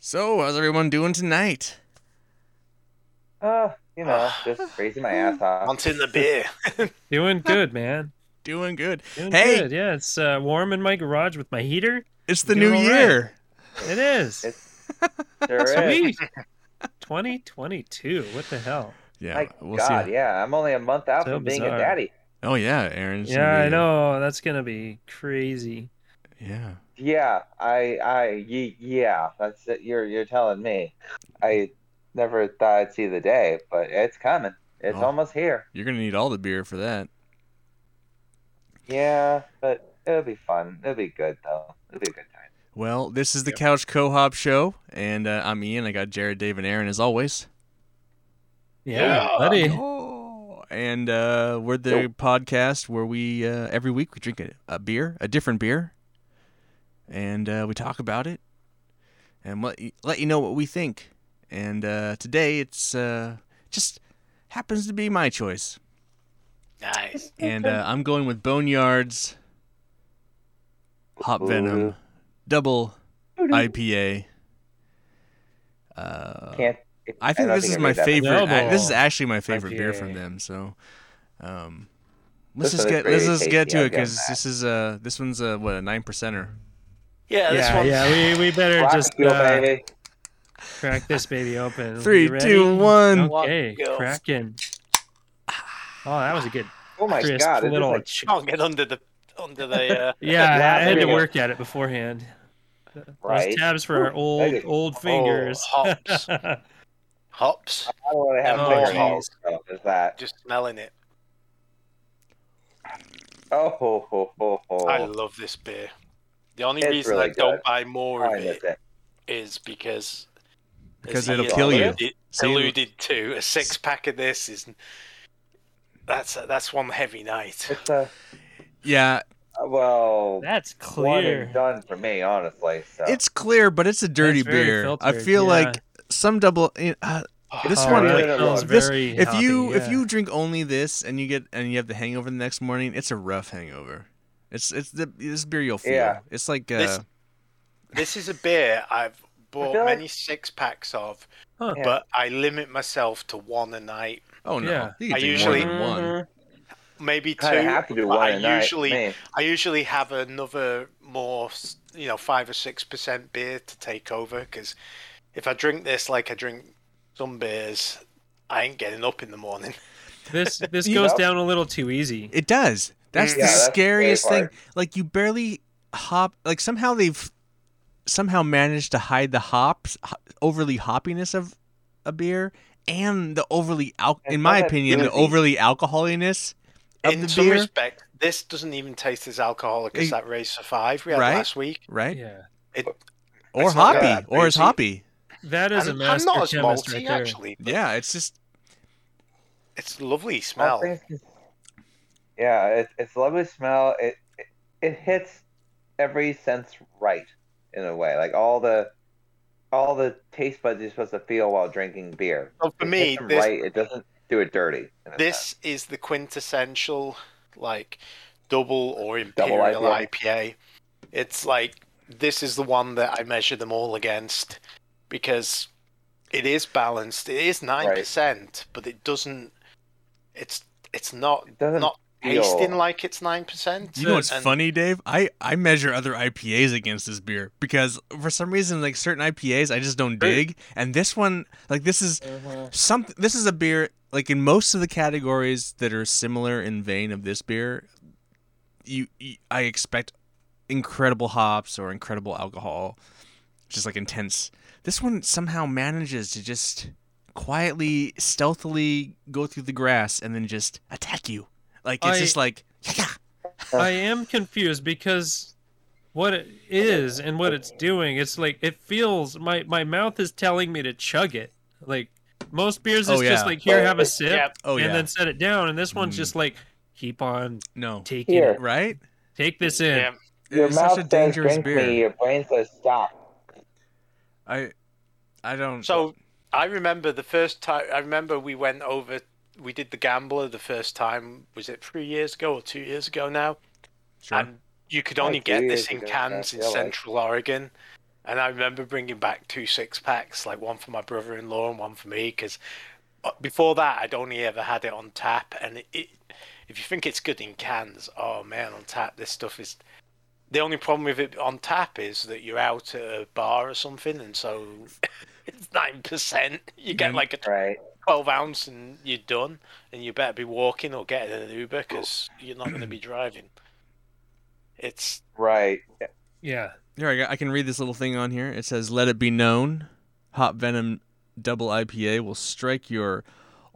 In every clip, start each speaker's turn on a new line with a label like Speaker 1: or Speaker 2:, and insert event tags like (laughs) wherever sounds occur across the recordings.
Speaker 1: So, how's everyone doing tonight?
Speaker 2: Uh, you know, just raising my ass off.
Speaker 3: Once in the beer.
Speaker 4: Doing good, man.
Speaker 1: Doing good.
Speaker 4: Doing
Speaker 1: Hey!
Speaker 4: good. Yeah, it's uh, warm in my garage with my heater.
Speaker 1: It's the
Speaker 4: Doing
Speaker 1: new
Speaker 4: all right.
Speaker 1: year.
Speaker 4: It is.
Speaker 2: It's- Sure is.
Speaker 4: Sweet.
Speaker 2: (laughs)
Speaker 4: 2022. What the hell?
Speaker 1: Yeah,
Speaker 2: My
Speaker 1: we'll
Speaker 2: God,
Speaker 1: see.
Speaker 2: yeah, I'm only a month out
Speaker 4: So
Speaker 2: from being
Speaker 4: bizarre.
Speaker 2: a daddy.
Speaker 1: Oh yeah, Aaron's.
Speaker 4: yeah,
Speaker 1: gonna
Speaker 4: I
Speaker 1: be-
Speaker 4: know. That's gonna be crazy.
Speaker 1: Yeah,
Speaker 2: Yeah, I, I, ye- yeah, that's it. You're, you're telling me. I never thought I'd see the day, but it's coming. It's
Speaker 1: Oh.
Speaker 2: almost here.
Speaker 1: you're gonna need all the beer for that.
Speaker 2: Yeah, but it'll be fun. It'll be good though. It'll be a good time.
Speaker 1: Well, this is the Couch Co-op show, and uh, I'm Ian. I got Jared, Dave, and Aaron as always.
Speaker 4: Yeah,
Speaker 3: Yeah.
Speaker 4: (laughs) buddy.
Speaker 1: Oh, and uh, we're the
Speaker 2: Yo.
Speaker 1: podcast where we uh, every week we drink a, a beer, a different beer, and uh, we talk about it, and let you, let you know what we think. And uh, today it's uh, just happens to be my choice.
Speaker 3: Nice.
Speaker 1: And uh, I'm going with Boneyard's Hop Venom
Speaker 2: Ooh.
Speaker 1: Double IPA. Uh,
Speaker 2: Can't.
Speaker 1: I think
Speaker 2: don't
Speaker 1: this is
Speaker 2: I
Speaker 1: my
Speaker 2: made that
Speaker 1: favorite. I- this is
Speaker 4: Double
Speaker 1: actually my favorite beer
Speaker 4: IPA.
Speaker 1: from them. So, um, let's
Speaker 2: This
Speaker 1: just
Speaker 2: one's
Speaker 1: get let's
Speaker 2: pretty
Speaker 1: just get
Speaker 2: tasty,
Speaker 1: to
Speaker 2: I'll
Speaker 1: it
Speaker 2: give
Speaker 1: because
Speaker 2: that.
Speaker 1: this is uh this one's uh what a nine percenter.
Speaker 3: Yeah, this
Speaker 4: Yeah,
Speaker 3: one.
Speaker 4: yeah. We, we better
Speaker 2: Rock
Speaker 4: just
Speaker 2: you,
Speaker 4: uh,
Speaker 2: baby.
Speaker 4: crack this baby open.
Speaker 1: Three,
Speaker 4: You ready?
Speaker 1: two, one.
Speaker 4: Okay,
Speaker 3: Go.
Speaker 4: cracking. Oh, that was a good
Speaker 2: Oh my
Speaker 4: crisp
Speaker 2: god! It
Speaker 4: little.
Speaker 2: is like,
Speaker 3: (laughs) Can't get under the under the.
Speaker 1: (laughs)
Speaker 3: Uh,
Speaker 4: yeah, I- I had to
Speaker 2: Wow.
Speaker 4: work at it beforehand. Those
Speaker 2: Right.
Speaker 4: tabs for our old
Speaker 2: is-
Speaker 4: old fingers.
Speaker 3: Oh, hops.
Speaker 4: (laughs)
Speaker 3: Hops.
Speaker 2: I don't want to have
Speaker 3: Oh,
Speaker 2: fingernails. Oh, is that?
Speaker 3: Just smelling it.
Speaker 2: Oh ho ho ho ho!
Speaker 3: I love this beer. The only
Speaker 2: Oh. It's
Speaker 3: reason I
Speaker 2: really
Speaker 3: don't
Speaker 2: good.
Speaker 3: buy more
Speaker 2: I
Speaker 3: of
Speaker 2: miss
Speaker 3: it
Speaker 2: it.
Speaker 3: is because as
Speaker 1: Because
Speaker 3: Ian
Speaker 1: it'll kill you.
Speaker 3: alluded-
Speaker 1: See,
Speaker 3: alluded to a six pack of this is that's that's one heavy night.
Speaker 2: It's a uh,
Speaker 1: yeah,
Speaker 2: well,
Speaker 4: That's
Speaker 2: one and
Speaker 4: clear.
Speaker 2: done for me, honestly. So
Speaker 1: it's clear, but it's a dirty
Speaker 4: very
Speaker 1: beer. I
Speaker 4: filtered,
Speaker 1: feel
Speaker 4: yeah.
Speaker 1: like some double. Uh,
Speaker 3: (sighs)
Speaker 1: This
Speaker 4: Oh,
Speaker 1: one,
Speaker 4: that
Speaker 2: like,
Speaker 4: smells
Speaker 1: this-
Speaker 4: very
Speaker 1: if
Speaker 4: hoppy,
Speaker 1: you if
Speaker 4: yeah.
Speaker 1: you drink only this and you get and you have the hangover the next morning, it's a rough hangover. It's it's the this beer you'll feel.
Speaker 2: Yeah.
Speaker 1: It's like uh,
Speaker 3: This- This is a beer I've bought
Speaker 2: feel like-
Speaker 3: many six packs of,
Speaker 4: Huh.
Speaker 2: Yeah.
Speaker 3: but I limit myself to one a night,
Speaker 1: oh no,
Speaker 4: yeah.
Speaker 1: you can
Speaker 3: I
Speaker 1: drink
Speaker 3: usually-
Speaker 1: more than one.
Speaker 3: maybe two.
Speaker 2: kind of have to do
Speaker 3: but
Speaker 2: one
Speaker 3: I
Speaker 2: a night,
Speaker 3: usually
Speaker 2: me.
Speaker 3: I usually have another more, s- you know, five or six percent beer to take over because if I drink this like I drink some beers, I ain't getting up in the morning.
Speaker 4: This
Speaker 3: (laughs)
Speaker 4: this
Speaker 2: You
Speaker 4: goes
Speaker 2: know?
Speaker 4: down a little too easy.
Speaker 1: It does. That's the
Speaker 2: Mm. Yeah, that's the
Speaker 1: scariest
Speaker 2: scary
Speaker 1: thing. Like you barely hop. Like somehow they've somehow managed to hide the hops, ho- overly hoppiness of a beer, and the overly al-
Speaker 2: And
Speaker 1: in my
Speaker 2: some have
Speaker 1: opinion, the
Speaker 2: boozy.
Speaker 1: overly alcoholiness of
Speaker 3: in
Speaker 1: the
Speaker 3: some
Speaker 1: beer.
Speaker 3: respect, this doesn't even taste as alcoholic as
Speaker 1: It-
Speaker 3: that race for five we had
Speaker 1: Right?
Speaker 3: last week.
Speaker 1: right
Speaker 4: Yeah,
Speaker 1: or
Speaker 3: It's not
Speaker 1: hoppy,
Speaker 2: that
Speaker 1: or it's
Speaker 3: boozy.
Speaker 1: hoppy.
Speaker 4: that is
Speaker 3: And-
Speaker 4: a
Speaker 3: and
Speaker 4: master
Speaker 3: not as
Speaker 4: chemist
Speaker 3: malty
Speaker 4: right there.
Speaker 3: actually. but
Speaker 1: Yeah, it's just
Speaker 3: it's lovely
Speaker 2: All
Speaker 3: smell.
Speaker 2: things cons- Yeah, it, it's a lovely smell. It, it it hits every sense right in a way. Like all the all the taste buds you're supposed to feel while drinking beer.
Speaker 3: So for
Speaker 2: It
Speaker 3: me,
Speaker 2: hits 'em
Speaker 3: this
Speaker 2: right, it doesn't do it dirty. in a sense.
Speaker 3: this is the quintessential like double or
Speaker 2: Double
Speaker 3: imperial IPA. It's like this is the one that I measure them all against because it is balanced. It is nine percent, but it doesn't. It's it's not
Speaker 2: It doesn't
Speaker 3: not
Speaker 2: feel-
Speaker 3: tasting like it's nine percent.
Speaker 1: You know what's funny, Dave? I, I measure other IPAs against this beer because for some reason, like certain IPAs, I just don't dig. And this one, like this is something. This is a beer like in most of the categories that are similar in vein of this beer. You, you I expect incredible hops or incredible alcohol, just like intense. This one somehow manages to just quietly, stealthily go through the grass and then just attack you. Like it's
Speaker 4: I-
Speaker 1: just like yeah.
Speaker 4: I am confused because what it is and what it's doing, it's like it feels my my mouth is telling me to chug it. Like most beers is
Speaker 1: Oh, yeah.
Speaker 4: just like here, have a sip,
Speaker 3: Yep.
Speaker 1: Oh
Speaker 4: and
Speaker 1: yeah.
Speaker 4: then set it down. And this one's
Speaker 1: Mm.
Speaker 4: just like keep on
Speaker 1: no.
Speaker 4: taking
Speaker 2: Here.
Speaker 4: it,
Speaker 1: Right?
Speaker 4: take this in.
Speaker 3: Yeah.
Speaker 2: Your
Speaker 1: it's
Speaker 2: mouth
Speaker 1: such a
Speaker 2: says
Speaker 1: dangerous
Speaker 2: drink
Speaker 1: beer.
Speaker 2: me. Your brain says stop.
Speaker 1: I I don't
Speaker 3: So I remember the first time. I remember we went over. We did the gambler the first time. Was it three years ago or two years ago now?
Speaker 1: sure.
Speaker 3: And you could
Speaker 2: Oh,
Speaker 3: only
Speaker 2: two
Speaker 3: get
Speaker 2: years
Speaker 3: this in
Speaker 2: ago, I
Speaker 3: cans in
Speaker 2: feel like.
Speaker 3: Central Oregon, And I remember bringing back two six packs, like one for my brother in law and one for me, because before that I'd only ever had it on tap. And it, it, if you think it's good in cans, oh man, on tap this stuff is. The only problem with it on tap is that you're out at a bar or something, and so (laughs) it's nine percent. You get like a
Speaker 2: Right.
Speaker 3: twelve ounce, and you're done. And you better be walking or getting an Uber because you're not going to be driving. It's
Speaker 2: Right.
Speaker 4: Yeah.
Speaker 1: Here I go. I can read this little thing on here. It says, "Let it be known, Hop Venom Double IPA will strike your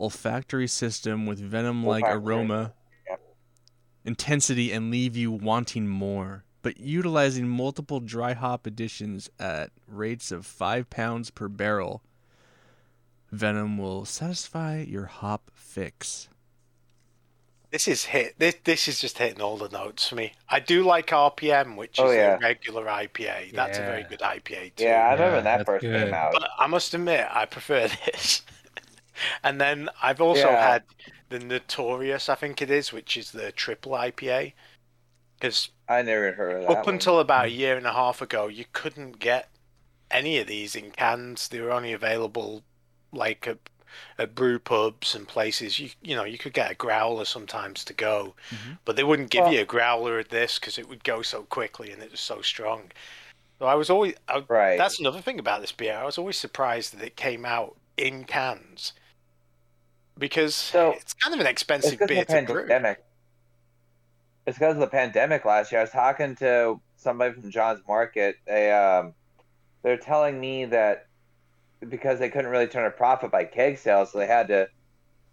Speaker 1: olfactory system with venom-like
Speaker 2: Olfactory.
Speaker 1: aroma,
Speaker 2: Yep.
Speaker 1: intensity, and leave you wanting more." But utilizing multiple dry hop additions at rates of five pounds per barrel, Venom will satisfy your hop fix.
Speaker 3: This is hit. This this is just hitting all the notes for me. I do like RPM, which
Speaker 2: Oh,
Speaker 3: is
Speaker 2: yeah.
Speaker 3: a regular IPA. That's a very
Speaker 4: Yeah.
Speaker 3: good IPA too.
Speaker 2: Yeah, I
Speaker 4: Yeah,
Speaker 2: remember when that
Speaker 4: that's
Speaker 2: first
Speaker 4: good.
Speaker 2: came out.
Speaker 3: But I must admit, I prefer (laughs) this. and then I've also
Speaker 2: Yeah.
Speaker 3: had the Notorious, I think it is, which is the triple IPA. Because
Speaker 2: I never heard of that.
Speaker 3: up
Speaker 2: one.
Speaker 3: until about a year and a half ago, you couldn't get any of these in cans. They were only available like at, at brew pubs and places. You you know you could get a growler sometimes to go,
Speaker 2: Mm-hmm.
Speaker 1: Mhm.
Speaker 3: but they wouldn't give
Speaker 2: Well-
Speaker 3: you a growler at this because it would go so quickly and it was so strong. So I was always I,
Speaker 2: right.
Speaker 3: that's another thing about this beer. I was always surprised that it came out in cans because
Speaker 2: So,
Speaker 3: it's kind of an
Speaker 2: it's
Speaker 3: expensive
Speaker 2: because
Speaker 3: beer
Speaker 2: of the
Speaker 3: to brew.
Speaker 2: pandemic. It's because of the pandemic last year. I was talking to somebody from John's Market. They um, they're telling me that because they couldn't really turn a profit by keg sales, so they had to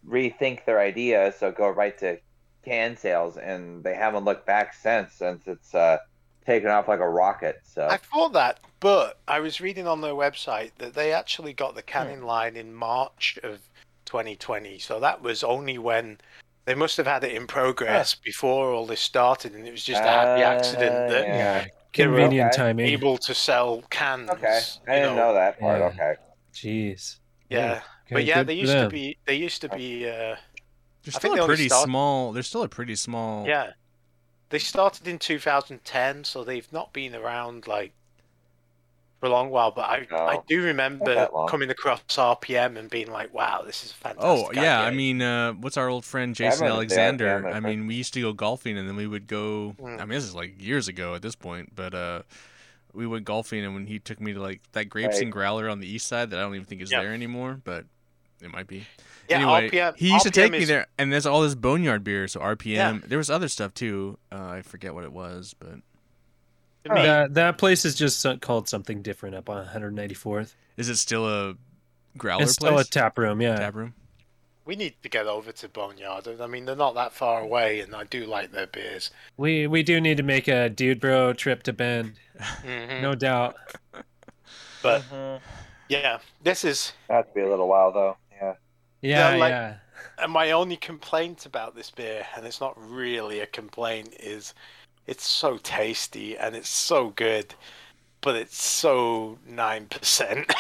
Speaker 2: rethink their idea. So go right to can sales, and they haven't looked back since. Since it's uh, taken off like a rocket. So
Speaker 3: I thought that, but I was reading on their website that they actually got
Speaker 2: Hmm.
Speaker 3: the canning line in March of 2020. So that was only when they must have had it in progress before all this started, and it was just a happy
Speaker 2: Uh,
Speaker 3: accident that
Speaker 2: yeah.
Speaker 3: they were
Speaker 4: Convenient
Speaker 2: Okay.
Speaker 4: timing.
Speaker 3: able to sell cans.
Speaker 2: okay, I
Speaker 3: you
Speaker 2: didn't know, that part.
Speaker 4: yeah.
Speaker 2: Okay,
Speaker 4: Jeez.
Speaker 3: Yeah,
Speaker 4: Okay,
Speaker 3: but yeah,
Speaker 4: good
Speaker 3: they
Speaker 4: for
Speaker 3: used to
Speaker 4: them.
Speaker 3: be. They used to be. Uh,
Speaker 1: They're
Speaker 3: I think
Speaker 1: still
Speaker 3: they
Speaker 1: a
Speaker 3: only
Speaker 1: pretty
Speaker 3: start-
Speaker 1: small. They're still a pretty small.
Speaker 3: Yeah. They started in 2010, so they've not been around like for a long while. But I,
Speaker 1: Oh.
Speaker 2: No.
Speaker 3: I do
Speaker 2: Not
Speaker 3: remember
Speaker 2: that long.
Speaker 3: coming across RPM and being like, "Wow, this is fantastic."
Speaker 1: Oh yeah, I
Speaker 3: IPA."
Speaker 1: mean, uh, what's our old friend
Speaker 2: Yeah, I
Speaker 1: Jason
Speaker 2: remember- yeah, I
Speaker 1: Alexander?
Speaker 2: remember.
Speaker 1: I mean, we used to go golfing, and then we would go.
Speaker 3: Mm.
Speaker 1: I mean, this is like years ago at this point, but uh, we went golfing, and when he took me to like that grapes
Speaker 2: Right.
Speaker 1: and growler on the east side that I don't even think is
Speaker 3: Yeah.
Speaker 1: there anymore, but it might be.
Speaker 3: yeah,
Speaker 1: anyway,
Speaker 3: RPM.
Speaker 1: he used to take
Speaker 3: RPM
Speaker 1: me
Speaker 3: is-
Speaker 1: there, and there's all this boneyard beer, so RPM. There was other stuff too. Uh, I forget what it was, but
Speaker 3: to me,
Speaker 4: That, that place is just so- called something different up on 194th.
Speaker 1: is it still a growler
Speaker 4: It's still
Speaker 1: place?
Speaker 4: a tap room, yeah.
Speaker 1: Tap room.
Speaker 3: we need to get over to Boneyard. I mean, they're not that far away, and I do like their beers.
Speaker 4: We we do need to make a dude bro trip to Bend,
Speaker 3: Mhm.
Speaker 1: Mm-hmm.
Speaker 4: no doubt.
Speaker 3: But
Speaker 2: Mm-hmm.
Speaker 3: yeah, this is
Speaker 2: that'd be a little while though. Yeah.
Speaker 4: Yeah,
Speaker 3: like-
Speaker 4: yeah.
Speaker 3: And my only complaint about this beer, and it's not really a complaint, is it's so tasty and it's so good, but it's so 9%.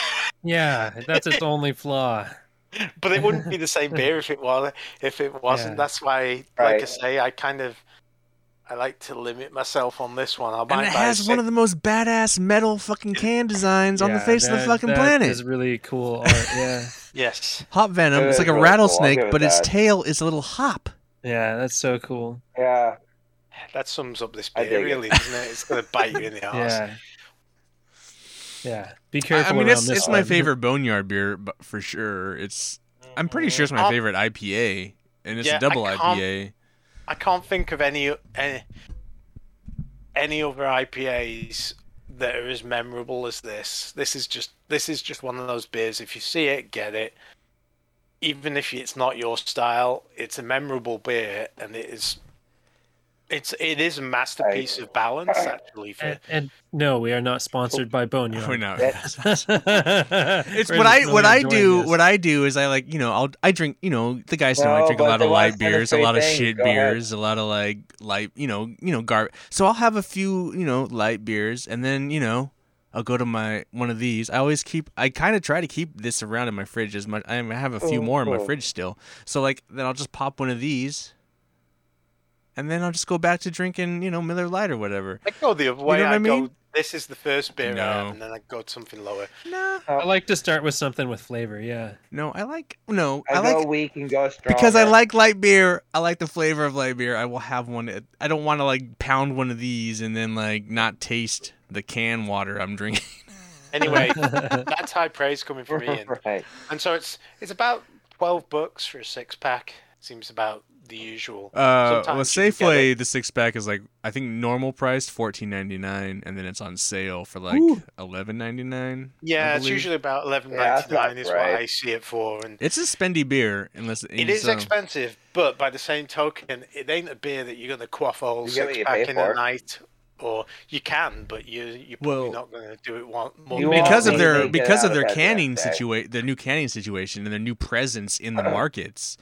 Speaker 4: Yeah,
Speaker 1: (laughs)
Speaker 4: that's its only flaw.
Speaker 3: (laughs) but it wouldn't be the same beer if it was if it wasn't.
Speaker 4: Yeah.
Speaker 3: That's why like I
Speaker 2: Right.
Speaker 3: say, I kind of I like to limit myself on this one. I might
Speaker 1: And it has one of the most badass metal fucking can designs on the
Speaker 4: Yeah,
Speaker 1: face of the
Speaker 4: that-
Speaker 1: fucking
Speaker 4: that
Speaker 1: planet.
Speaker 4: is really cool art, yeah.
Speaker 1: (laughs)
Speaker 3: Yes.
Speaker 1: Hop venom.
Speaker 2: Yeah,
Speaker 1: It's like a
Speaker 2: really cool. I'll
Speaker 1: rattlesnake,
Speaker 4: Oh,
Speaker 2: give it
Speaker 1: but its
Speaker 2: that.
Speaker 1: tail is a little hop.
Speaker 4: yeah, that's so cool.
Speaker 2: Yeah.
Speaker 3: That sums up this
Speaker 2: I
Speaker 3: beer
Speaker 2: dig it.
Speaker 3: really, doesn't it? It's gonna bite you in
Speaker 1: (laughs)
Speaker 3: the arse.
Speaker 4: Yeah. Yeah. Be
Speaker 1: I-
Speaker 4: careful
Speaker 1: I mean,
Speaker 4: around
Speaker 1: it's,
Speaker 4: this
Speaker 1: it's my
Speaker 4: one.
Speaker 1: favorite boneyard beer, but for sure, it's. I'm pretty sure it's my
Speaker 3: Um,
Speaker 1: favorite IPA, and it's
Speaker 3: yeah, I
Speaker 1: a double
Speaker 3: can't-
Speaker 1: IPA.
Speaker 3: I can't think of any any, any other IPAs that are as memorable as this. This is just this is just one of those beers. If you see it, get it. Even if it's not your style, it's a memorable beer, and it is. It's it is a masterpiece of balance, actually. For
Speaker 4: (laughs) And, and no, we are not sponsored
Speaker 1: (laughs)
Speaker 4: by Boneyard.
Speaker 1: Oh, We're
Speaker 4: (laughs)
Speaker 3: Oh,
Speaker 1: not.
Speaker 2: That's-
Speaker 1: It's what I what I do. What I do is I like you know I'll I drink you know the guys know I
Speaker 2: No,
Speaker 1: drink a
Speaker 2: but
Speaker 1: lot
Speaker 2: they
Speaker 1: of
Speaker 2: wanna
Speaker 1: light
Speaker 2: send us
Speaker 1: beers, a
Speaker 2: free
Speaker 1: lot of
Speaker 2: things.
Speaker 1: shit
Speaker 2: Go ahead.
Speaker 1: beers, a lot of like light you know you know gar. So I'll have a few you know light beers, and then you know I'll go to my one of these. I always keep I kind of try to keep this around in my fridge as much. I have a few
Speaker 2: Oh,
Speaker 1: more in my
Speaker 2: cool.
Speaker 1: fridge still. So like then I'll just pop one of these, and then I'll just go back to drinking you know Miller Light or whatever.
Speaker 3: I go the other way.
Speaker 1: know what
Speaker 3: I,
Speaker 1: I mean?
Speaker 3: go. this is the first beer I have,
Speaker 1: No.
Speaker 3: and then I got something lower.
Speaker 1: No,
Speaker 4: I like to start with something with flavor. Yeah.
Speaker 1: no, I like no,
Speaker 2: I,
Speaker 1: I
Speaker 2: go
Speaker 1: like
Speaker 2: weak and go strong.
Speaker 1: because I like light beer. I like the flavor of light beer. I will have one. at- I don't want to like pound one of these and then like not taste the can water I'm drinking. (laughs)
Speaker 4: (laughs)
Speaker 3: Anyway, that's high praise coming
Speaker 2: (laughs)
Speaker 3: from Ian.
Speaker 2: (laughs) right.
Speaker 3: And so it's it's about twelve bucks for a six pack. Seems about the usual.
Speaker 1: Uh, well,
Speaker 3: Sometimes you can get
Speaker 1: Safeway the six pack is like I think normal price fourteen ninety nine, and then it's on sale for like
Speaker 4: Ooh.
Speaker 1: eleven ninety nine.
Speaker 3: Yeah, it's
Speaker 1: believe.
Speaker 3: usually about eleven
Speaker 2: Yeah, that's
Speaker 3: ninety
Speaker 2: about
Speaker 3: nine is
Speaker 2: right.
Speaker 3: what I see it for, and
Speaker 1: It's a spendy beer, unless
Speaker 3: it is
Speaker 1: so-
Speaker 3: expensive. But by the same token, it ain't a beer that you're gonna quaff a whole
Speaker 2: You get what
Speaker 3: six
Speaker 2: you
Speaker 3: pack
Speaker 2: pay
Speaker 3: in
Speaker 2: for.
Speaker 3: a night, or you can, but you you're probably
Speaker 1: Well,
Speaker 3: not gonna do it one more.
Speaker 2: You
Speaker 3: than
Speaker 2: won't
Speaker 1: because of
Speaker 2: need
Speaker 1: their
Speaker 2: to get
Speaker 1: because
Speaker 2: out
Speaker 1: of
Speaker 2: of
Speaker 1: their
Speaker 2: that
Speaker 1: canning
Speaker 2: bag.
Speaker 1: situation, their new canning situation, and their new presence in the markets.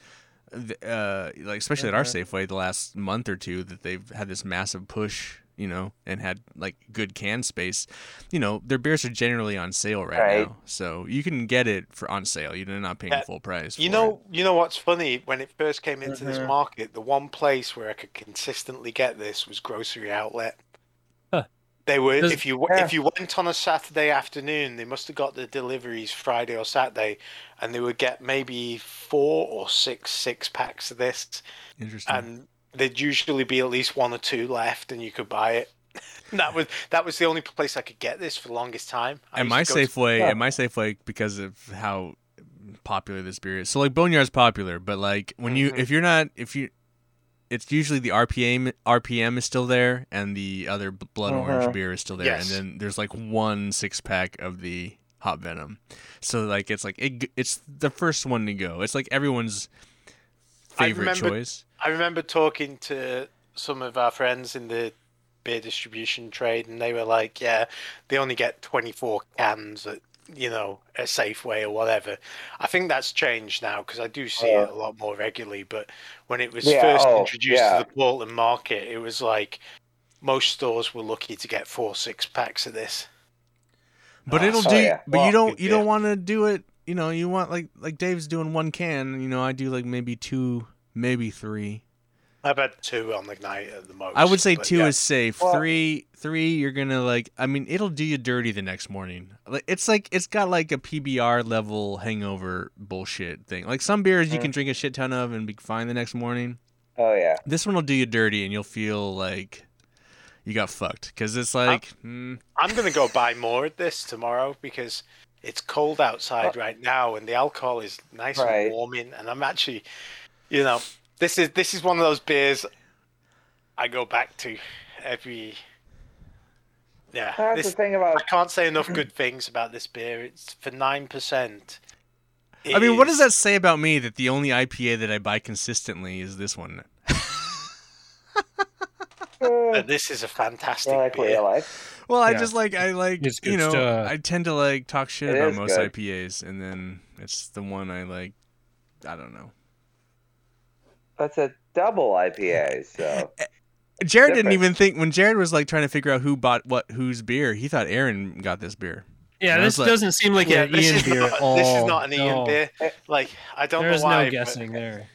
Speaker 1: th- Uh, like especially at our
Speaker 4: Uh-huh.
Speaker 2: Mm-hmm.
Speaker 1: Safeway, the last month or two that they've had this massive push, you know, and had like good can space. You know, their beers are generally on sale right,
Speaker 2: Right.
Speaker 1: now, so you can get it for on sale. You're not paying
Speaker 3: Yeah.
Speaker 1: full price.
Speaker 3: You
Speaker 1: for
Speaker 3: know, you know what's funny? When it first came into this
Speaker 4: Mhm.
Speaker 3: market, the one place where I could consistently get this was grocery outlet.
Speaker 4: Huh.
Speaker 3: They were
Speaker 4: Does-
Speaker 3: if you
Speaker 2: Yeah.
Speaker 3: if you went on a Saturday afternoon, they must have got the deliveries Friday or Saturday, and they would get maybe four or six six packs of this,
Speaker 1: it.
Speaker 4: Hmm.
Speaker 1: interesting.
Speaker 3: and there'd usually be at least one or two left, and you could buy it. (laughs) that was that was the only place I could get this for the longest time. I
Speaker 1: at
Speaker 3: used
Speaker 1: my
Speaker 3: to go to-
Speaker 1: Safeway,
Speaker 2: Yeah.
Speaker 1: at my Safeway, because of how popular this beer is. So like Boneyard's popular, but like when you
Speaker 3: Mhm.
Speaker 1: if you're not if you, it's usually the RPM RPM is still there, and the other b- Blood Orange
Speaker 2: Mhm.
Speaker 1: beer is still there,
Speaker 3: Mm-hmm. Yes.
Speaker 1: and then there's like one six pack of the Hot Venom. So like it's like it, g- it's the first one to go. It's like everyone's
Speaker 3: I
Speaker 1: favorite
Speaker 3: remember-
Speaker 1: choice.
Speaker 3: I remember talking to some of our friends in the beer distribution trade, and they were like, "Yeah, they only get 24 cans at you know a Safeway or whatever." I think that's changed now because I do see it
Speaker 2: Yeah.
Speaker 3: a lot more regularly. But when it was
Speaker 2: Uh. Yeah,
Speaker 3: first
Speaker 2: oh,
Speaker 3: introduced
Speaker 2: yeah.
Speaker 3: to the Portland market, it was like most stores were lucky to get four six packs of this.
Speaker 1: But
Speaker 3: Oh,
Speaker 1: it'll
Speaker 2: so
Speaker 1: do.
Speaker 2: yeah.
Speaker 1: But you
Speaker 3: Well,
Speaker 1: don't.
Speaker 3: good
Speaker 1: You
Speaker 3: beer.
Speaker 1: don't want to do it. You know. You want like like Dave's doing one can. You know. I do like maybe two, maybe three.
Speaker 3: I've had two on the night at the most.
Speaker 1: I would say
Speaker 3: but
Speaker 1: two
Speaker 3: yeah.
Speaker 1: is safe.
Speaker 2: Well-
Speaker 1: three, three, you're gonna like. I mean, it'll do you dirty the next morning. Like, It's like it's got like a PBR level hangover bullshit thing. Like some beers you can drink a shit ton of and be fine the next morning.
Speaker 2: Oh yeah.
Speaker 1: This one will do you dirty and you'll feel like you got fucked because it's like mm,
Speaker 3: I'm gonna go buy more of this tomorrow because it's cold outside right now and the alcohol is nice
Speaker 2: Right.
Speaker 3: and warming and I'm actually you know, this is this is one of those beers I go back to every Yeah.
Speaker 2: That's the
Speaker 3: This,
Speaker 2: thing
Speaker 3: I
Speaker 2: about
Speaker 3: can't say enough good things about this beer. It's for nine percent.
Speaker 1: I mean, what does that say about me that the only IPA that I buy consistently is this one?
Speaker 2: uh,
Speaker 3: (laughs) this is a fantastic
Speaker 2: like
Speaker 3: beer.
Speaker 2: real life.
Speaker 1: Well, I
Speaker 4: Yeah.
Speaker 1: just like I like
Speaker 4: It's uh, good
Speaker 1: you know
Speaker 4: stuff.
Speaker 1: I tend to like talk shit
Speaker 2: It
Speaker 1: about
Speaker 2: is
Speaker 1: most
Speaker 2: good.
Speaker 1: IPAs, and then it's the one I like. I don't know.
Speaker 2: That's a double IPA.
Speaker 1: (laughs)
Speaker 2: So
Speaker 1: Eh. Jared didn't
Speaker 2: Different.
Speaker 1: even think when Jared was like trying to figure out who bought what whose beer. He thought Aaron got this beer.
Speaker 4: Yeah,
Speaker 1: And I
Speaker 4: this
Speaker 1: was like-
Speaker 4: doesn't seem like
Speaker 3: yeah,
Speaker 4: an
Speaker 3: this
Speaker 4: Ian
Speaker 3: is
Speaker 4: beer
Speaker 3: not
Speaker 4: at all.
Speaker 3: this is not an Ian
Speaker 4: No.
Speaker 3: beer. Like I don't
Speaker 4: There's
Speaker 3: know why
Speaker 4: no
Speaker 3: but
Speaker 4: guessing there.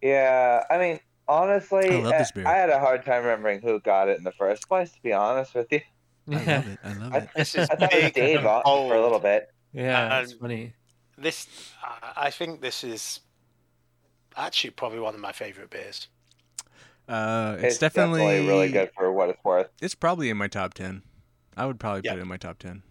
Speaker 2: yeah, I mean, honestly,
Speaker 1: I love this beer.
Speaker 2: I had a hard time remembering who got it in the first place. To be honest with you,
Speaker 4: Yeah,
Speaker 1: it. I love
Speaker 2: I-
Speaker 3: (laughs) this is
Speaker 2: I thought
Speaker 3: (laughs)
Speaker 2: it was
Speaker 3: big
Speaker 2: Dave
Speaker 3: and
Speaker 2: on for a
Speaker 3: bold.
Speaker 2: little bit.
Speaker 4: (laughs) yeah, it's
Speaker 3: Um,
Speaker 4: funny.
Speaker 3: This, I- I think this is actually probably one of my favorite beers.
Speaker 1: Uh, it's,
Speaker 2: It's,
Speaker 1: definitely,
Speaker 2: really good for what it's worth.
Speaker 1: It's probably in my top ten. I would probably
Speaker 3: Yeah.
Speaker 1: put it in my top ten.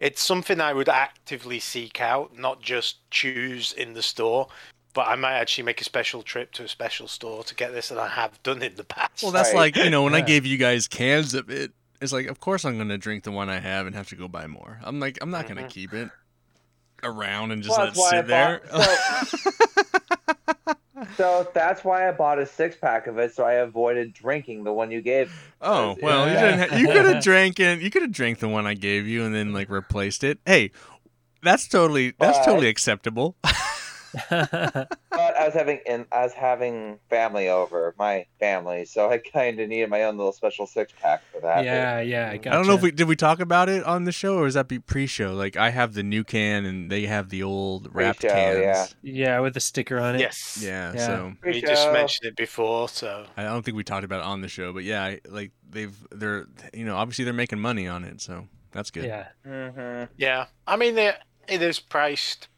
Speaker 3: It's something I would actively seek out, not just choose in the store. But I might actually make a special trip to a special store to get this, and I have done in the past.
Speaker 1: Well, that's like
Speaker 2: Right.
Speaker 1: you (laughs) know when I
Speaker 4: Yeah.
Speaker 1: gave you guys cans of it. It's like of course I'm gonna drink the one I have and have to go buy more. I'm like I'm not gonna
Speaker 3: Mhm.
Speaker 1: keep it around and just
Speaker 2: Mm-hmm. Well,
Speaker 1: let it
Speaker 2: that's why
Speaker 1: sit
Speaker 2: I
Speaker 1: there. (laughs)
Speaker 2: So that's why I bought a six pack of it, so I avoided drinking the one you gave.
Speaker 1: Oh well,
Speaker 2: Yeah.
Speaker 1: you didn't. Ha- you could
Speaker 4: (laughs)
Speaker 1: have drank it. You could have drank the one I gave you and then like replaced it. Hey, that's totally that's
Speaker 2: But-
Speaker 1: totally acceptable.
Speaker 4: (laughs)
Speaker 2: But I was having and I was having family over, my family, so I kind of needed my own little special six pack for that.
Speaker 4: yeah, yeah,
Speaker 1: I don't know if we did we talk about it on the show or is that be pre-show? Like I have the new can and they have the old wrapped
Speaker 2: Pre-show, yeah.
Speaker 1: cans.
Speaker 4: Yeah, with the sticker on it.
Speaker 3: yes,
Speaker 1: Yeah.
Speaker 4: Yeah.
Speaker 1: So
Speaker 3: We
Speaker 2: Pre-show.
Speaker 3: just mentioned it before, so
Speaker 1: I don't think we talked about it on the show, but yeah, I, like they've they're you know obviously they're making money on it, so that's good.
Speaker 4: Yeah.
Speaker 2: Mm-hmm.
Speaker 3: Yeah, I mean it, it is priced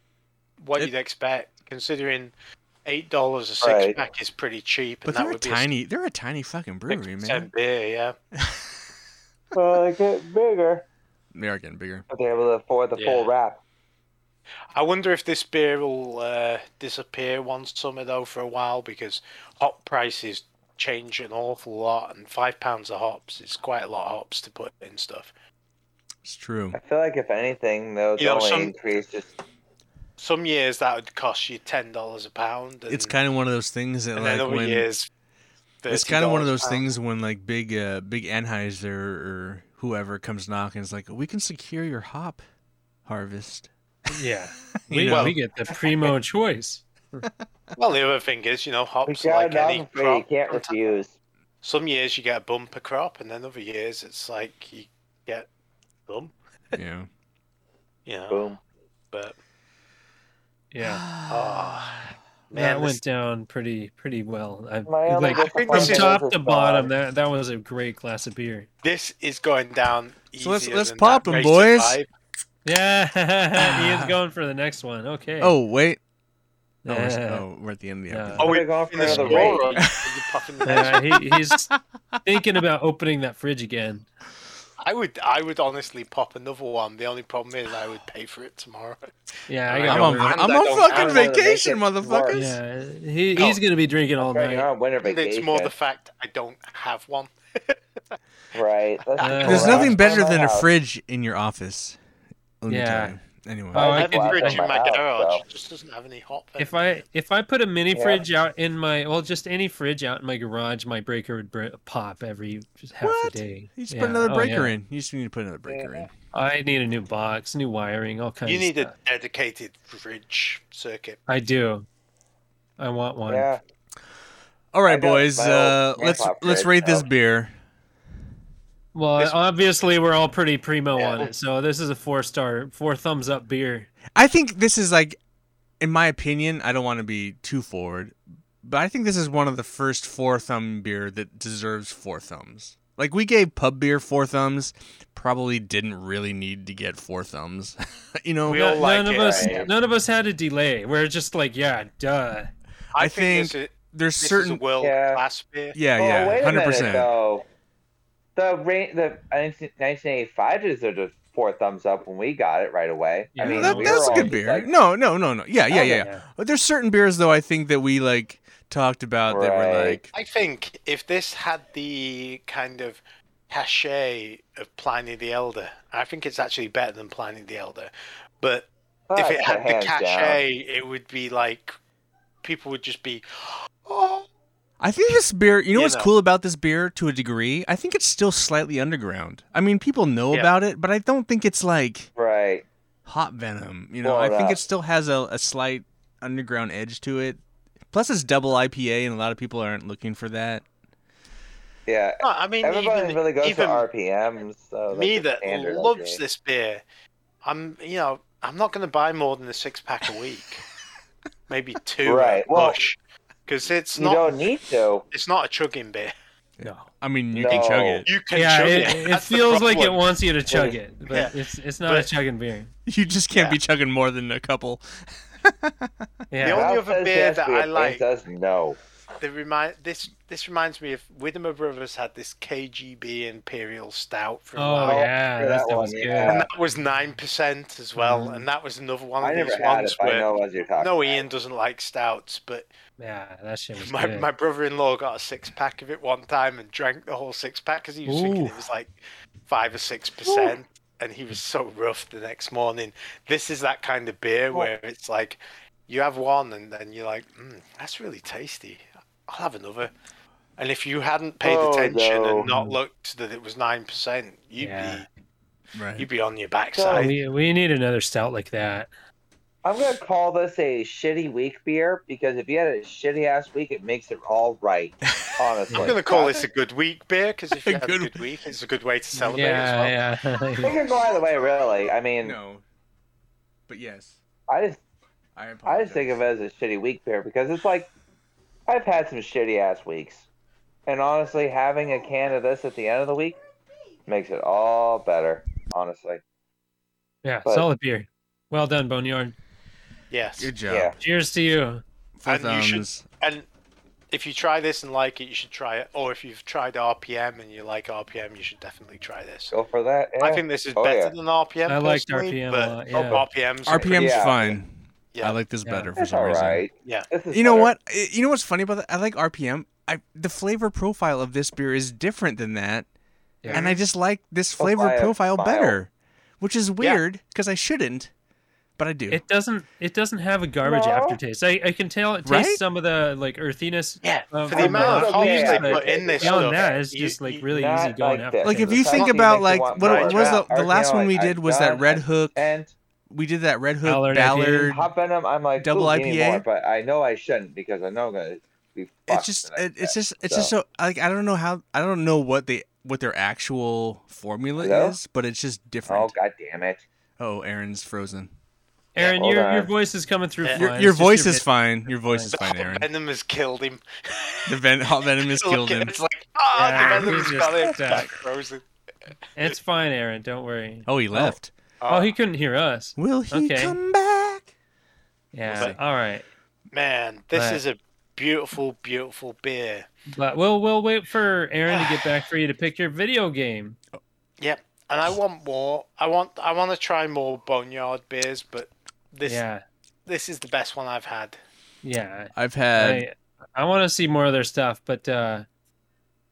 Speaker 3: what
Speaker 1: It-
Speaker 3: you'd expect, considering eight dollars a six
Speaker 2: Right.
Speaker 3: pack is pretty cheap,
Speaker 1: But
Speaker 3: and that
Speaker 1: they're a
Speaker 3: would be
Speaker 1: tiny, they're a tiny fucking
Speaker 3: a
Speaker 1: brewery,
Speaker 3: 6%
Speaker 1: man.
Speaker 3: beer. Yeah,
Speaker 2: (laughs) Well, they get bigger,
Speaker 1: They are getting bigger.
Speaker 2: but they're able to afford the full
Speaker 3: Yeah.
Speaker 2: wrap.
Speaker 3: I wonder if this beer will uh, disappear one summer though for a while because hop prices change an awful lot, and five pounds of hops is quite a lot of hops to put in stuff.
Speaker 1: It's true.
Speaker 2: I feel like if anything, those
Speaker 3: You know,
Speaker 2: only
Speaker 3: some-
Speaker 2: increase just
Speaker 3: Some years that would cost you ten dollars a pound. And,
Speaker 1: It's kind of one of those things
Speaker 3: (laughs)
Speaker 1: that
Speaker 3: and
Speaker 1: like
Speaker 3: then other
Speaker 1: when
Speaker 3: years.
Speaker 1: it's kind of one of
Speaker 3: $30 a
Speaker 1: those
Speaker 3: pound.
Speaker 1: things when like big uh, big Anheuser or whoever comes knocking, it's like we can secure your hop harvest. (laughs)
Speaker 4: Yeah.
Speaker 1: You
Speaker 4: We,
Speaker 1: know?
Speaker 4: we get
Speaker 3: (laughs)
Speaker 4: the primo choice.
Speaker 3: Well, the other thing is, you know,
Speaker 2: you
Speaker 3: hops are
Speaker 2: got
Speaker 3: like
Speaker 2: enough
Speaker 3: any
Speaker 2: of it, you
Speaker 3: crop.
Speaker 2: can't
Speaker 3: sometimes-
Speaker 2: refuse.
Speaker 3: Some years you get a bumper crop, and then other years it's like you get bum.
Speaker 1: yeah.
Speaker 3: You know,
Speaker 2: Boom.
Speaker 3: but
Speaker 4: Yeah.
Speaker 2: Ah.
Speaker 3: oh,
Speaker 4: that
Speaker 3: man,
Speaker 4: went
Speaker 3: this-
Speaker 4: down pretty pretty well. I
Speaker 2: My only
Speaker 4: like
Speaker 3: I think
Speaker 4: from
Speaker 3: this is-
Speaker 4: top
Speaker 2: disappointment
Speaker 4: to
Speaker 2: is
Speaker 4: bottom.
Speaker 2: that-
Speaker 4: That that was a great glass of beer.
Speaker 3: this is going down.
Speaker 1: So let's-
Speaker 3: easier
Speaker 1: let's
Speaker 3: than
Speaker 1: pop
Speaker 3: that
Speaker 1: 'em,
Speaker 3: race to
Speaker 1: boys.
Speaker 3: five.
Speaker 4: Yeah,
Speaker 3: (laughs)
Speaker 4: (laughs) Ian's going for the next one. Okay.
Speaker 1: Oh wait. Oh,
Speaker 4: Yeah.
Speaker 1: we're, oh, we're at the end of the
Speaker 4: No.
Speaker 1: episode.
Speaker 3: Oh,
Speaker 2: We're
Speaker 3: we're
Speaker 2: going for
Speaker 3: in the
Speaker 2: another
Speaker 3: score.
Speaker 2: race.
Speaker 3: (laughs) or are you- are you popping the next
Speaker 4: Yeah, he, he's thinking about opening that fridge again.
Speaker 3: one? I would, I would honestly pop another one. The only problem is I would pay for it tomorrow. (laughs)
Speaker 4: Yeah, I
Speaker 3: I'm
Speaker 4: got
Speaker 1: I'm
Speaker 4: one.
Speaker 1: on,
Speaker 3: over it.
Speaker 1: I'm
Speaker 3: I
Speaker 1: on
Speaker 3: don't- I
Speaker 1: fucking
Speaker 2: don't wanna make
Speaker 1: vacation,
Speaker 2: it worse.
Speaker 1: motherfuckers.
Speaker 4: Yeah, he,
Speaker 1: Oh.
Speaker 4: he's gonna be drinking all
Speaker 2: Right, you're
Speaker 4: night.
Speaker 2: on winter vacation.
Speaker 3: It's more the fact I don't have one.
Speaker 2: right. Let's just
Speaker 4: Uh,
Speaker 2: go
Speaker 1: There's
Speaker 2: around
Speaker 1: nothing
Speaker 2: my
Speaker 1: better than a Oh,
Speaker 2: house.
Speaker 1: fridge in your office. Let
Speaker 4: Yeah.
Speaker 1: me tell you. Anyway.
Speaker 4: Oh,
Speaker 3: I
Speaker 4: I
Speaker 3: have
Speaker 4: can-
Speaker 3: a fridge in my
Speaker 2: Wow,
Speaker 3: garage.
Speaker 2: so-
Speaker 3: It just doesn't have any hot. in
Speaker 4: If
Speaker 3: it.
Speaker 4: I if I put a mini
Speaker 2: Yeah.
Speaker 4: fridge out in my well, just any fridge out in my garage, my breaker would br- pop every just half
Speaker 1: What?
Speaker 4: a day.
Speaker 1: you just
Speaker 4: Yeah.
Speaker 1: put another
Speaker 4: Oh,
Speaker 1: breaker
Speaker 4: yeah.
Speaker 1: in. You just need to put another breaker in.
Speaker 4: I need a new box, new wiring, all kinds.
Speaker 3: you need
Speaker 4: of
Speaker 3: a
Speaker 4: stuff.
Speaker 3: dedicated fridge circuit.
Speaker 4: I do. I want one.
Speaker 2: Yeah.
Speaker 1: All
Speaker 2: I
Speaker 1: right,
Speaker 2: got
Speaker 1: boys.
Speaker 2: my old
Speaker 1: Uh, let's
Speaker 2: grandpa
Speaker 1: let's
Speaker 2: fridge, Oh.
Speaker 1: rate this
Speaker 2: so-
Speaker 1: beer.
Speaker 4: Well,
Speaker 3: This-
Speaker 4: obviously we're all pretty primo
Speaker 3: Yeah.
Speaker 4: on it, so this is a four star, four thumbs up beer.
Speaker 1: I think this is like, in my opinion, I don't want to be too forward, but I think this is one of the first four thumb beer that deserves four thumbs. Like we gave pub beer four thumbs, probably didn't really need to get four thumbs. (laughs) you know,
Speaker 3: We all like
Speaker 4: none
Speaker 3: it.
Speaker 4: of us,
Speaker 2: Yeah.
Speaker 4: none of us had a delay. We're just like, yeah, duh.
Speaker 1: I
Speaker 3: this is,
Speaker 1: there's
Speaker 3: this
Speaker 1: certain.
Speaker 3: is a world class beer.
Speaker 1: yeah,
Speaker 2: oh, wait
Speaker 1: yeah,
Speaker 2: a
Speaker 1: hundred
Speaker 2: minute,
Speaker 1: percent.
Speaker 2: though. The rain, the 1985 deserved a four thumbs up when we got it right away.
Speaker 4: Yeah.
Speaker 2: I mean,
Speaker 1: That,
Speaker 2: we
Speaker 1: that's
Speaker 2: were
Speaker 1: a
Speaker 2: all
Speaker 1: good
Speaker 2: just
Speaker 1: beer.
Speaker 2: like,
Speaker 1: no, no, no, no. Yeah, yeah,
Speaker 2: Oh,
Speaker 1: yeah, yeah. But there's certain beers though I think that we like talked about that were
Speaker 2: Right.
Speaker 1: like
Speaker 3: I think if this had the kind of cachet of Pliny the Elder, I think it's actually better than Pliny the Elder. But
Speaker 2: oh,
Speaker 3: if it
Speaker 2: that's
Speaker 3: had
Speaker 2: hands
Speaker 3: the
Speaker 2: down.
Speaker 3: cachet, it would be like people would just be, oh,
Speaker 1: I think this beer, you know
Speaker 3: You
Speaker 1: what's
Speaker 3: know.
Speaker 1: cool about this beer to a degree? I think it's still slightly underground. I mean, people know
Speaker 3: Yeah.
Speaker 1: about it, but I don't think it's like
Speaker 2: right?
Speaker 1: hot venom. You know,
Speaker 2: Well,
Speaker 1: I think
Speaker 2: that-
Speaker 1: it still has a, a slight underground edge to it. Plus, it's double IPA, and a lot of people aren't looking for that.
Speaker 2: Yeah,
Speaker 3: No, I mean,
Speaker 2: everybody
Speaker 3: even,
Speaker 2: really goes
Speaker 3: even
Speaker 2: to RPMs. So
Speaker 3: me
Speaker 2: that's
Speaker 3: that
Speaker 2: the standard, I
Speaker 3: loves
Speaker 2: think.
Speaker 3: this beer, I'm, you know, I'm not going to buy more than a six pack a week, maybe two,
Speaker 2: Right, well,
Speaker 3: push, because it's
Speaker 2: You
Speaker 3: not,
Speaker 2: don't need to.
Speaker 3: it's not a chugging beer.
Speaker 4: No.
Speaker 1: I mean, you can
Speaker 2: No.
Speaker 1: chug it. (laughs)
Speaker 3: You can
Speaker 4: yeah,
Speaker 3: chug
Speaker 4: it,
Speaker 3: it.
Speaker 4: it
Speaker 3: That's the
Speaker 4: feels like it
Speaker 3: problem.
Speaker 4: wants you to chug it, but
Speaker 3: Yeah.
Speaker 4: it's it's not a
Speaker 3: But-
Speaker 4: chugging beer.
Speaker 1: You just can't
Speaker 3: Yeah.
Speaker 1: be chugging more than a couple.
Speaker 4: Yeah.
Speaker 3: The only
Speaker 2: Ralph
Speaker 3: other
Speaker 2: says
Speaker 3: beer
Speaker 2: yes,
Speaker 3: that
Speaker 2: but
Speaker 3: I
Speaker 2: James
Speaker 3: like-
Speaker 2: says no.
Speaker 3: They remind this. This reminds me of Widmer Brothers had this KGB Imperial Stout from
Speaker 4: Oh
Speaker 2: Oh,
Speaker 4: yeah,
Speaker 2: yeah,
Speaker 4: that,
Speaker 2: that
Speaker 4: stuff
Speaker 2: one,
Speaker 4: was good.
Speaker 2: yeah.
Speaker 3: and that was nine percent as well, and that was another one of
Speaker 2: I
Speaker 3: these
Speaker 2: never had
Speaker 3: ones
Speaker 2: it. But I
Speaker 3: where
Speaker 2: know what you're talking.
Speaker 3: no
Speaker 2: about.
Speaker 3: Ian doesn't like stouts, but
Speaker 4: Yeah, that shit was
Speaker 3: my,
Speaker 4: good.
Speaker 3: my brother-in-law got a six pack of it one time and drank the whole six pack because he was thinking
Speaker 4: Ooh.
Speaker 3: it was like five or six percent, and he was so rough the next morning. This is that kind of beer where it's like you have one and then you're like, mm, that's really tasty. I'll have another. And if you hadn't paid
Speaker 2: Oh,
Speaker 3: attention
Speaker 2: no.
Speaker 3: and not looked that it was nine percent, you'd
Speaker 4: Yeah.
Speaker 1: Right.
Speaker 3: be you'd be on your
Speaker 4: Oh,
Speaker 3: backside.
Speaker 4: we, we need another stout like that.
Speaker 2: I'm gonna call this a shitty week beer because if you had a shitty ass week, it makes it all
Speaker 3: (laughs)
Speaker 2: right. Honestly,
Speaker 3: I'm gonna call this a good week beer because if
Speaker 1: (laughs)
Speaker 3: you
Speaker 1: A
Speaker 3: have
Speaker 1: good-
Speaker 3: a good week, it's a good way to celebrate as well.
Speaker 4: Yeah,
Speaker 2: It
Speaker 4: yeah. (laughs)
Speaker 2: can go either way, really. I mean,
Speaker 1: no. But yes,
Speaker 2: I just
Speaker 1: I
Speaker 2: I just think of it as a shitty week beer because it's like I've had some shitty ass weeks. And honestly, having a can of this at the end of the week makes it all better. Honestly,
Speaker 4: Yeah,
Speaker 2: But-
Speaker 4: solid beer. Well done, Boneyard.
Speaker 3: Yes.
Speaker 1: Good job.
Speaker 2: yeah.
Speaker 4: Cheers to you.
Speaker 1: Four
Speaker 3: And you should-
Speaker 1: thumbs.
Speaker 3: And if you try this and like it, you should try it. Or if you've tried RPM and you like RPM, you should definitely try this.
Speaker 2: Go for that. Yeah.
Speaker 3: I think this is
Speaker 2: Oh,
Speaker 3: better
Speaker 2: yeah.
Speaker 3: than RPM.
Speaker 4: I liked
Speaker 3: personally,
Speaker 4: RPM a
Speaker 3: but
Speaker 4: lot, yeah.
Speaker 3: RPM's
Speaker 1: RPM's
Speaker 2: Yeah.
Speaker 1: fine.
Speaker 3: Yeah.
Speaker 1: I like this
Speaker 4: Yeah.
Speaker 1: better for
Speaker 2: it's
Speaker 1: some
Speaker 2: all
Speaker 1: reason.
Speaker 2: right.
Speaker 3: Yeah.
Speaker 2: This is
Speaker 1: You know
Speaker 2: better.
Speaker 1: what? I- You know what's funny about that? I like RPM. I the flavor profile of this beer is different than that,
Speaker 4: Yeah.
Speaker 1: and I just like this
Speaker 2: Well,
Speaker 1: flavor
Speaker 2: by a
Speaker 1: profile
Speaker 2: mile.
Speaker 1: better, which is weird because I shouldn't, but I do.
Speaker 4: It doesn't. It doesn't have a garbage
Speaker 2: No.
Speaker 4: aftertaste. I, I can tell it tastes
Speaker 1: Right?
Speaker 4: some of the like earthiness.
Speaker 3: Yeah,
Speaker 4: um,
Speaker 3: for
Speaker 4: from
Speaker 3: the amount of
Speaker 2: Oh,
Speaker 3: hops
Speaker 4: leaves,
Speaker 2: yeah.
Speaker 3: they
Speaker 4: but
Speaker 3: put in this
Speaker 4: Beyond
Speaker 3: stuff,
Speaker 4: that, it's
Speaker 3: you-
Speaker 4: just like
Speaker 3: you-
Speaker 4: really
Speaker 2: Not
Speaker 4: easy going
Speaker 2: like
Speaker 4: after.
Speaker 2: this.
Speaker 1: like
Speaker 2: Because
Speaker 1: if
Speaker 2: the
Speaker 1: you
Speaker 2: salt
Speaker 1: think
Speaker 2: makes
Speaker 1: about
Speaker 2: you
Speaker 1: like
Speaker 2: want
Speaker 1: what
Speaker 3: more
Speaker 1: was the,
Speaker 2: of
Speaker 1: the
Speaker 2: it.
Speaker 1: last one we
Speaker 2: Like,
Speaker 1: did was
Speaker 2: I've
Speaker 1: that
Speaker 2: done
Speaker 1: Red
Speaker 2: it.
Speaker 1: Hook.
Speaker 2: And
Speaker 1: We did that Red Hook
Speaker 4: Ballard
Speaker 1: Ballard,
Speaker 4: IPA.
Speaker 2: hop in them. I'm like
Speaker 1: Double
Speaker 2: "Ooh, give me
Speaker 1: IPA?
Speaker 2: more," but I know I shouldn't because I know I'm gonna be. fucked
Speaker 1: it's just
Speaker 2: the
Speaker 1: it,
Speaker 2: next
Speaker 1: it's
Speaker 2: day.
Speaker 1: just it's just so like I don't know how I don't know what they what their actual formula
Speaker 2: Hello?
Speaker 1: is, but it's just
Speaker 2: Oh
Speaker 1: different.
Speaker 2: god damn it!
Speaker 1: Oh, Aaron's frozen.
Speaker 4: Aaron,
Speaker 2: Hold
Speaker 4: your your
Speaker 2: on.
Speaker 4: voice is coming through.
Speaker 3: Yeah.
Speaker 4: fine.
Speaker 1: Your,
Speaker 4: It's
Speaker 1: your
Speaker 4: just
Speaker 1: voice
Speaker 4: your
Speaker 1: is
Speaker 4: bit-
Speaker 1: fine. Your voice is
Speaker 3: The
Speaker 4: (laughs)
Speaker 1: fine, Aaron.
Speaker 3: venom has killed him.
Speaker 1: The ven- hot venom has killed him.
Speaker 3: It's like, ah,
Speaker 4: Yeah,
Speaker 3: the venom
Speaker 4: he's
Speaker 3: has
Speaker 4: just
Speaker 3: got him.
Speaker 4: stuck.
Speaker 3: Back frozen.
Speaker 4: It's fine, Aaron. Don't worry.
Speaker 1: Oh, he left.
Speaker 4: Oh, he couldn't hear us.
Speaker 1: Will he
Speaker 4: Okay.
Speaker 1: come back?
Speaker 4: Yeah.
Speaker 3: But-
Speaker 4: All right.
Speaker 3: Oh, Man, this
Speaker 4: Right.
Speaker 3: is a beautiful, beautiful beer.
Speaker 4: But we'll we'll wait for Aaron to get back for you to pick your video game.
Speaker 3: Yep. And I want more. I want. I want to try more boneyard beers, but this
Speaker 4: yeah.
Speaker 3: this is the best one I've had.
Speaker 4: Yeah.
Speaker 1: I've had
Speaker 4: I I want to see more of their stuff, but uh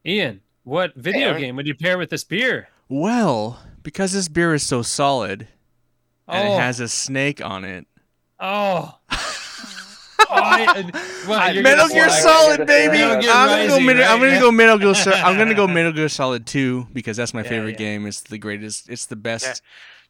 Speaker 4: Ian, what video
Speaker 3: Aaron.
Speaker 4: game would you pair with this beer?
Speaker 1: well because this beer is so solid and
Speaker 4: oh,
Speaker 1: it has a snake on it.
Speaker 4: oh. (laughs) oh I, well,
Speaker 3: I-
Speaker 4: you're
Speaker 1: Metal
Speaker 4: gonna
Speaker 1: Gear
Speaker 4: flag-
Speaker 2: Solid,
Speaker 1: Solid, baby.
Speaker 4: Metal
Speaker 1: I'm gonna
Speaker 4: Gear
Speaker 1: go
Speaker 4: Rising,
Speaker 1: Metal. I'm
Speaker 4: right?
Speaker 1: gonna go Metal Gear.
Speaker 4: (laughs)
Speaker 1: Sol- I'm gonna go Metal Gear Solid Two because that's my
Speaker 4: Yeah,
Speaker 1: favorite
Speaker 4: yeah.
Speaker 1: game. It's the greatest. It's the best.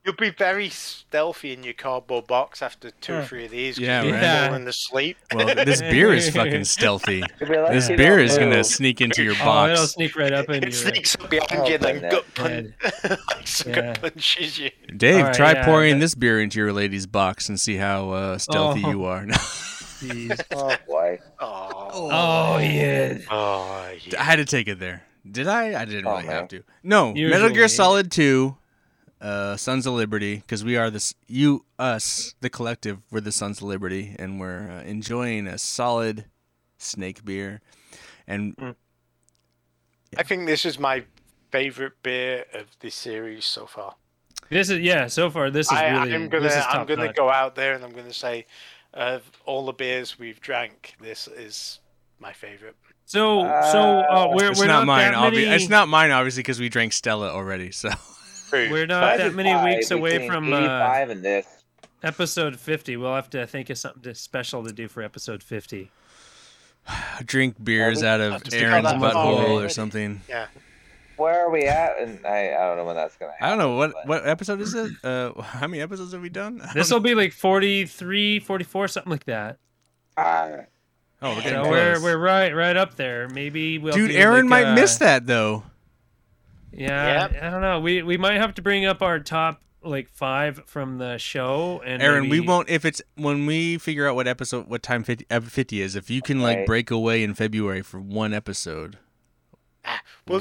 Speaker 3: You'll be very stealthy in your cardboard box after two or
Speaker 4: Huh.
Speaker 3: three of these. 'cause
Speaker 1: Yeah,
Speaker 3: you're
Speaker 4: right.
Speaker 3: falling asleep.
Speaker 1: Well, this beer
Speaker 4: (laughs)
Speaker 1: is fucking stealthy.
Speaker 2: You'd be like,
Speaker 1: This
Speaker 2: "You
Speaker 1: beer
Speaker 2: don't
Speaker 1: is gonna
Speaker 2: move."
Speaker 1: sneak into your
Speaker 4: Oh, it'll
Speaker 1: box.
Speaker 4: sneak right up in
Speaker 3: (laughs) It
Speaker 4: you.
Speaker 3: sneaks up behind
Speaker 2: Oh,
Speaker 3: you and then
Speaker 2: goodness.
Speaker 3: gut punch, (laughs) like sucker
Speaker 4: Yeah.
Speaker 3: punches you.
Speaker 1: Dave,
Speaker 4: Alright,
Speaker 1: try
Speaker 4: yeah,
Speaker 1: pouring
Speaker 4: that-
Speaker 1: this beer into your lady's box and see how uh, stealthy
Speaker 4: Oh.
Speaker 1: you are.
Speaker 4: Jeez.
Speaker 2: Oh boy!
Speaker 3: Oh,
Speaker 4: Oh, Ian.
Speaker 3: oh yeah.
Speaker 1: I had to take it there. Did I? I didn't
Speaker 2: Oh,
Speaker 1: really
Speaker 2: man.
Speaker 1: have to. No, Metal
Speaker 4: Usually.
Speaker 1: Gear Solid Two, uh, Sons of Liberty, because we are this you us the collective. We're the Sons of Liberty, and we're uh, enjoying a solid snake beer. And
Speaker 3: I think this is my favorite beer of this series so far.
Speaker 4: This is yeah. So far, this is
Speaker 3: I,
Speaker 4: really.
Speaker 3: I'm gonna
Speaker 4: this is
Speaker 3: I'm
Speaker 4: top
Speaker 3: gonna
Speaker 4: notch.
Speaker 3: go out there and I'm gonna say, of all the beers we've drank, this is my favorite.
Speaker 4: So so uh, we're
Speaker 1: it's
Speaker 4: we're
Speaker 1: not, mine.
Speaker 4: that
Speaker 1: obvi-
Speaker 4: many-
Speaker 1: it's not mine, obviously, because we drank Stella already. So (laughs)
Speaker 4: We're
Speaker 2: Five
Speaker 4: not that
Speaker 2: to
Speaker 4: many
Speaker 2: five
Speaker 4: weeks away
Speaker 2: between
Speaker 4: from uh,
Speaker 2: 85 and this.
Speaker 4: episode 50. We'll have to think of something special to do for episode 50.
Speaker 1: drink beers
Speaker 2: we-
Speaker 1: out
Speaker 3: I'll
Speaker 1: of
Speaker 3: just figure
Speaker 1: Aaron's
Speaker 3: out that
Speaker 1: butthole
Speaker 4: tomorrow.
Speaker 1: or something.
Speaker 3: Yeah.
Speaker 2: Where are we at? And I, I don't know when that's gonna happen.
Speaker 1: I don't know what
Speaker 2: but-
Speaker 1: what episode is it. Uh, (laughs) how many episodes have we done? I don't
Speaker 4: This
Speaker 1: know.
Speaker 4: will be like 43, 44, something like that.
Speaker 2: Ah,
Speaker 1: oh, we're
Speaker 4: So
Speaker 1: getting
Speaker 4: we're
Speaker 1: close.
Speaker 4: we're right right up there. Maybe we'll
Speaker 1: Dude,
Speaker 4: do
Speaker 1: Aaron
Speaker 4: like,
Speaker 1: might
Speaker 4: uh,
Speaker 1: miss that though.
Speaker 4: Yeah, I don't know. We we might have to bring up our top like 5 from the show and
Speaker 1: Aaron, we
Speaker 4: maybe-
Speaker 1: won't if it's when we figure out what episode, what time 50, ep- 50 is. If you can like
Speaker 2: Right.
Speaker 1: break away in February for one episode,
Speaker 3: We'll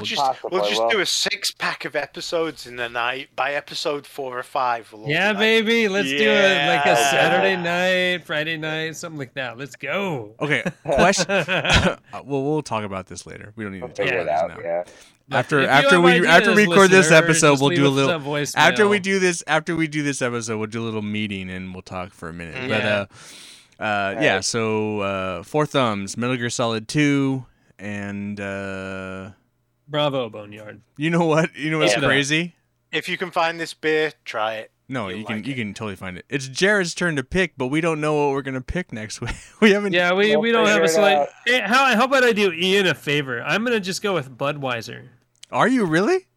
Speaker 1: Well,
Speaker 3: just
Speaker 2: possibly,
Speaker 3: we'll just
Speaker 2: well-
Speaker 3: do a six pack of episodes in the night. By episode four or five, we'll all
Speaker 4: Yeah,
Speaker 3: be like,
Speaker 4: baby. Let's do it like
Speaker 3: Yeah.
Speaker 4: a Saturday night, Friday night, something like that. Let's go.
Speaker 2: (laughs)
Speaker 1: okay. Question. Uh, well, we'll talk about this later. We don't need to
Speaker 2: we'll
Speaker 1: talk
Speaker 2: figure it
Speaker 1: about
Speaker 2: out.
Speaker 1: this now.
Speaker 2: Yeah.
Speaker 1: After
Speaker 4: If you
Speaker 1: after
Speaker 4: have
Speaker 1: we after we
Speaker 4: ideas,
Speaker 1: record this
Speaker 4: listeners,
Speaker 1: episode,
Speaker 4: just
Speaker 1: we'll
Speaker 4: leave
Speaker 1: do a
Speaker 4: us
Speaker 1: little.
Speaker 4: voicemail.
Speaker 1: After we do this, after we do this episode, we'll do a little meeting and we'll talk for a minute.
Speaker 4: Yeah.
Speaker 1: But uh, uh, yeah. So uh, four thumbs, Metal Gear Solid two, and uh,
Speaker 4: Bravo, Boneyard.
Speaker 1: you know what? You know what's
Speaker 4: Yeah.
Speaker 1: crazy?
Speaker 3: If you can find this beer, try it.
Speaker 1: No,
Speaker 3: You'll
Speaker 1: you can
Speaker 3: like
Speaker 1: you
Speaker 3: it.
Speaker 1: can totally find it. It's Jared's turn to pick, but we don't know what we're gonna pick next (laughs) week. We haven't.
Speaker 4: Yeah, we,
Speaker 2: We'll
Speaker 4: we don't have
Speaker 2: figure
Speaker 4: a
Speaker 2: it
Speaker 4: select.
Speaker 2: out.
Speaker 4: Hey, how how about I do Ian a favor? I'm gonna just go with Budweiser.
Speaker 1: Are you really?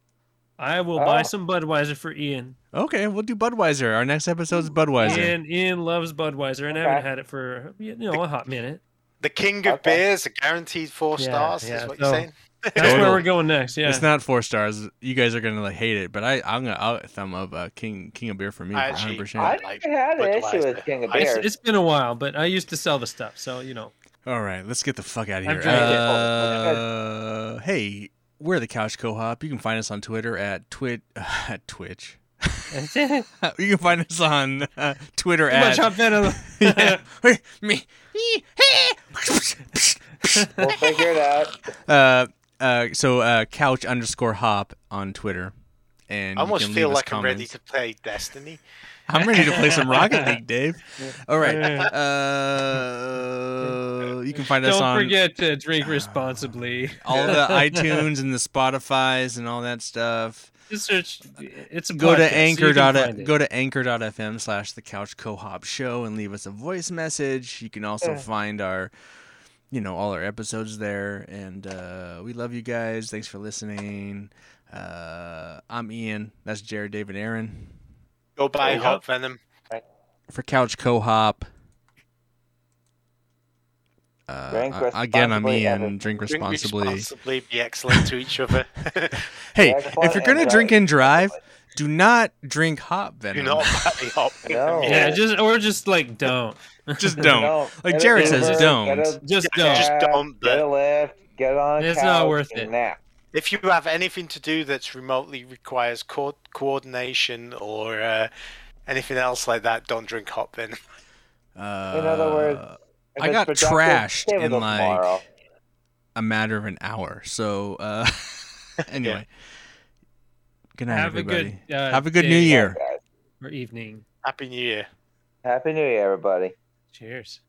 Speaker 4: I will buy
Speaker 2: Oh.
Speaker 4: some Budweiser for Ian.
Speaker 1: Okay, we'll do Budweiser. Our next episode's Budweiser.
Speaker 4: Ian Ian loves Budweiser, and I
Speaker 2: Okay.
Speaker 4: haven't had it for you know a
Speaker 1: (laughs)
Speaker 4: hot minute.
Speaker 3: The king of
Speaker 2: Okay.
Speaker 3: beers, a guaranteed four
Speaker 4: Yeah,
Speaker 3: stars.
Speaker 4: yeah,
Speaker 3: Is what you're
Speaker 4: so-
Speaker 3: saying?
Speaker 4: That's where
Speaker 1: Total.
Speaker 4: we're going next. Yeah,
Speaker 1: It's not four stars. You guys are gonna like hate it, but I I'm gonna I'll thumb up uh, King King of Beer for me.
Speaker 3: I
Speaker 1: One
Speaker 3: actually-
Speaker 1: hundred percent.
Speaker 2: I never had an issue with King of
Speaker 3: I-
Speaker 2: Beers.
Speaker 4: it's, it's been a while, but I used to sell the stuff, so you know. (laughs)
Speaker 1: All right, let's get the fuck out of
Speaker 4: I'm
Speaker 1: here.
Speaker 4: drinking.
Speaker 1: Uh, hey, we're the Couch Co-op. You can find us on Twitter at twit (laughs) at Twitch. (laughs)
Speaker 4: Too
Speaker 1: you can find us on uh, Twitter
Speaker 4: much
Speaker 1: at
Speaker 4: hot venom.
Speaker 1: (laughs)
Speaker 4: (laughs)
Speaker 1: yeah. (laughs) me. (laughs)
Speaker 2: We'll figure it out.
Speaker 1: uh, uh, so uh, couch underscore hop on Twitter, and
Speaker 3: I
Speaker 1: you
Speaker 3: almost
Speaker 1: can
Speaker 3: feel
Speaker 1: leave us
Speaker 3: like I'm ready
Speaker 1: comments.
Speaker 3: to play Destiny.
Speaker 1: I'm ready to play some Rocket
Speaker 3: (laughs)
Speaker 1: League, Dave. All right. Uh, you can find us
Speaker 4: (laughs) Don't
Speaker 1: on
Speaker 4: forget to drink responsibly.
Speaker 1: all
Speaker 4: (laughs)
Speaker 1: the iTunes and the Spotify's and all that stuff.
Speaker 4: Just search. It's a
Speaker 1: Go
Speaker 4: podcast,
Speaker 1: to
Speaker 4: so
Speaker 1: anchor.
Speaker 4: you can
Speaker 1: dot
Speaker 4: find it.
Speaker 1: go to anchor.fm slash the couch co-op show and leave us a voice message. You can also find our you know all our episodes there and uh, we love you guys. Thanks for listening. Uh, I'm Ian. That's Jared, David, Aaron
Speaker 3: Go buy
Speaker 2: Oh,
Speaker 3: Hot Venom.
Speaker 1: for Couch Co-op. Uh,
Speaker 2: Drink
Speaker 1: I- again, I'm
Speaker 2: responsibly,
Speaker 1: Ian.
Speaker 2: Evan.
Speaker 1: Drink
Speaker 3: Drink
Speaker 1: responsibly.
Speaker 3: responsibly. Be excellent to each other. (laughs)
Speaker 1: Hey,
Speaker 2: Drink
Speaker 1: if you're
Speaker 2: responsibly
Speaker 1: gonna
Speaker 2: and
Speaker 1: drink
Speaker 2: drive
Speaker 1: and drive, do not drink hop venom.
Speaker 3: Do
Speaker 1: (laughs)
Speaker 3: not buy Hot Venom.
Speaker 2: (laughs) No.
Speaker 4: Yeah, just or just like don't.
Speaker 1: Just (laughs) don't.
Speaker 2: No,
Speaker 1: Like
Speaker 2: get a
Speaker 1: Jared
Speaker 2: Uber,
Speaker 1: says,
Speaker 2: get
Speaker 1: don't.
Speaker 2: a
Speaker 4: Just
Speaker 3: Yeah,
Speaker 4: don't.
Speaker 3: just-
Speaker 2: cab,
Speaker 3: don't,
Speaker 2: Get a lift. Get on. a
Speaker 4: It's not
Speaker 2: couch
Speaker 4: worth
Speaker 2: and
Speaker 4: it.
Speaker 2: Nap.
Speaker 3: If you have anything to do that's remotely requires co- coordination or uh, anything else like that, don't drink Hot Venom. (laughs)
Speaker 1: Uh,
Speaker 2: In other words, If
Speaker 1: I
Speaker 2: it's
Speaker 1: got
Speaker 2: productive,
Speaker 1: trashed
Speaker 2: save it
Speaker 1: in,
Speaker 2: till
Speaker 1: like-
Speaker 2: tomorrow.
Speaker 1: a matter of an hour. So
Speaker 4: (laughs)
Speaker 1: uh, (laughs) anyway, good night,
Speaker 4: Have a
Speaker 1: everybody.
Speaker 4: good. Uh,
Speaker 1: Have a good
Speaker 4: day
Speaker 1: New Year.
Speaker 2: Guys,
Speaker 4: or evening.
Speaker 3: Happy New Year.
Speaker 2: Happy New Year, everybody.
Speaker 4: Cheers.